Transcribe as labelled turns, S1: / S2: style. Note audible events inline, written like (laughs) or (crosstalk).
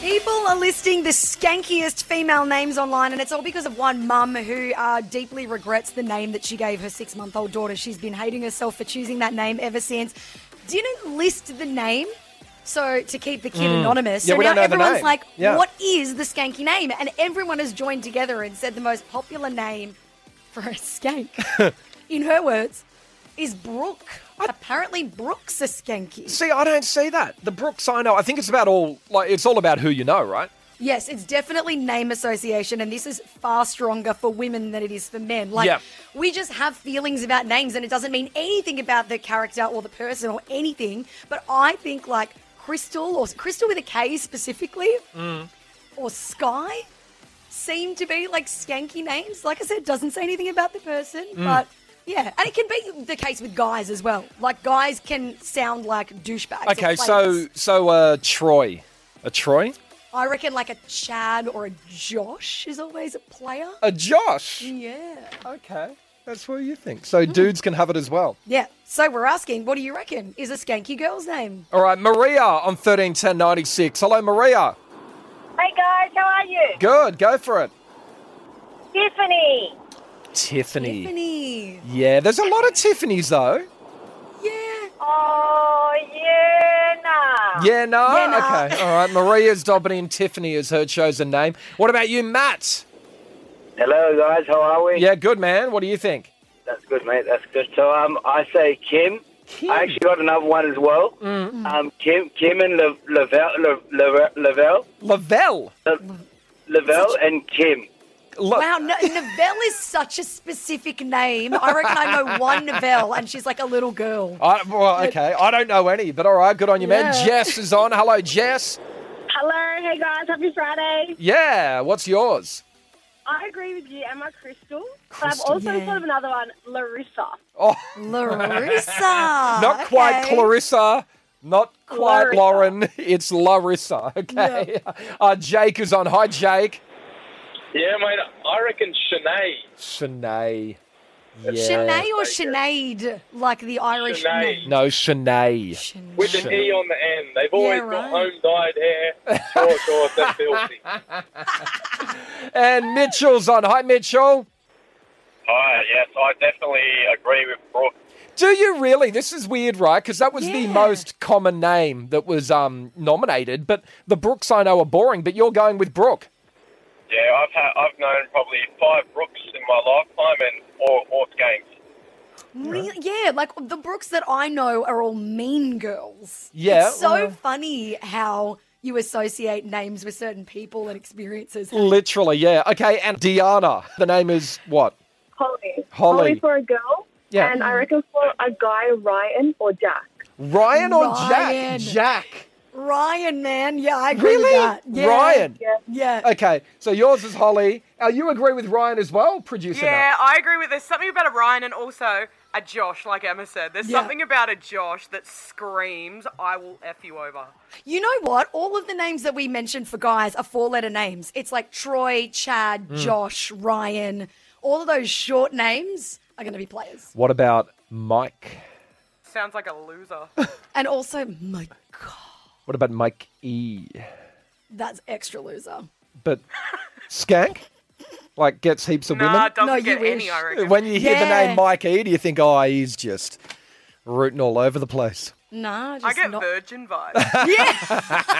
S1: People are listing the skankiest female names online, and it's all because of one mum who uh, deeply regrets the name that she gave her six month old daughter. She's been hating herself for choosing that name ever since. Didn't list the name. So to keep the kid anonymous,
S2: Hmm. Yeah,
S1: so
S2: we
S1: now
S2: don't know the
S1: everyone's
S2: name.
S1: like,
S2: Yeah.
S1: "What is the skanky name?" And everyone has joined together and said the most popular name for a skank,
S2: (laughs)
S1: in her words, is Brooke. Apparently, Brooke's a skanky.
S2: See, I don't see that. The Brooks I know, I think it's about all like it's all about who you know, right?
S1: Yes, it's definitely name association, and this is far stronger for women than it is for men. Like,
S2: Yeah.
S1: we just have feelings about names, and it doesn't mean anything about the character or the person or anything. But I think, like, Crystal or Crystal with a K specifically,
S2: Mm.
S1: or Sky seem to be like skanky names. Like I said, it doesn't say anything about the person,
S2: Mm.
S1: but. Yeah, and it can be the case with guys as well. Like guys can sound like douchebags. or
S2: Okay,
S1: players.
S2: so so uh Troy. A Troy?
S1: I reckon like a Chad or a Josh is always a player.
S2: A Josh.
S1: Mm. Yeah.
S2: Okay. That's what you think. So
S1: Mm-hmm.
S2: dudes can have it as well.
S1: Yeah. So we're asking, what do you reckon is a skanky girl's name?
S2: All right, Maria on 131096. Hello Maria.
S3: Hey guys, how are you?
S2: Good, go for it.
S3: Tiffany.
S2: Tiffany.
S1: Tiffany.
S2: Yeah, there's a lot of Tiffany's though.
S1: Yeah.
S3: Oh yeah, nah.
S2: Yeah, no.
S1: Ah. Yeah, nah.
S2: Okay. All right. Maria's dobbing in Tiffany as her chosen name. What about you, Matt?
S4: Hello, guys. How are we?
S2: Yeah, good man. What do you think?
S4: That's good, mate. That's good. So um, I say Kim. I actually got another one as well. Um, Kim, Kim and Le- Lavelle, Le- Le- Lavelle,
S2: Lavelle.
S4: Le- Lavelle, and Kim.
S2: Look,
S1: Wow, no, Novelle is such a specific name. I reckon I know one Novelle, and she's like a little girl.
S2: I, well, okay. I don't know any, but all right. Good on you, man.
S1: Yeah.
S2: Jess is on. Hello, Jess.
S3: Hello, hey guys, happy Friday.
S2: Yeah. What's yours?
S3: I agree with you, Emma Crystal.
S2: Crystal,
S3: but I've also
S1: yeah.
S3: thought of another one, Larissa.
S2: Oh,
S1: Larissa.
S2: not quite
S1: Uh, okay.
S2: Clarissa. Not quite
S3: Clarissa.
S2: Lauren. (laughs) It's Larissa. Okay. (laughs) Uh, Jake is on. Hi, Jake.
S5: Yeah, mate, I reckon Shanae.
S2: Shanae. Yeah.
S1: Sinead or Sinead, like the Irish
S5: Sinead.
S1: name.
S2: No, Shanae.
S1: Sinead.
S5: With an E on the end. They've always
S1: right.
S5: got home dyed hair, short shorts, and filthy.
S2: And Mitchell's on. Hi, Mitchell.
S5: Hi, yes, I definitely agree with Brooke.
S2: Do you really? This is weird, right? Because that was the
S1: Yeah.
S2: most common name that was um, nominated. But the Brooks I know are boring. But you're going with Brooke.
S5: Yeah, I've had, I've known probably five Brooks in my lifetime and four horse games.
S1: Really? Yeah, like the Brooks that I know are all mean girls.
S2: Yeah,
S1: It's so
S2: well-
S1: funny how you associate names with certain people and experiences.
S2: Literally, yeah. Okay, and Diana. The name is what?
S3: Holly.
S2: Holly.
S3: for a girl.
S2: Yeah.
S3: And I reckon for a guy, Ryan or Jack.
S2: Ryan or
S1: Ryan.
S2: Jack? Jack.
S1: Ryan, man. Yeah, I agree with
S2: Really?
S1: that. Yeah.
S2: Ryan.
S3: Yeah.
S1: Yeah.
S2: Okay, so yours is Holly. Uh, you agree with Ryan as well, producer?
S6: Yeah, I agree with this. Something about a Ryan and also a Josh, like Emma said. There's
S1: Yeah.
S6: something about a Josh that screams, I will F you over.
S1: You know what? All of the names that we mentioned for guys are four letter names. It's like Troy, Chad,
S2: Mm.
S1: Josh, Ryan. All of those short names are going to be players.
S2: What about Mike?
S6: Sounds like
S1: (laughs)
S6: a loser.
S1: And also, my God,
S2: What about Mike E?
S1: that's extra loser.
S6: (laughs)
S2: But Skank? Like gets heaps of
S6: nah,
S2: women?
S6: doesn't
S1: No, you
S6: get
S1: wish.
S6: any, I reckon.
S2: When you hear the
S1: Yeah.
S2: name Mike E, do you think, oh, he's just rooting all over the place?
S1: Nah, just
S6: I get
S1: not.
S6: virgin vibes.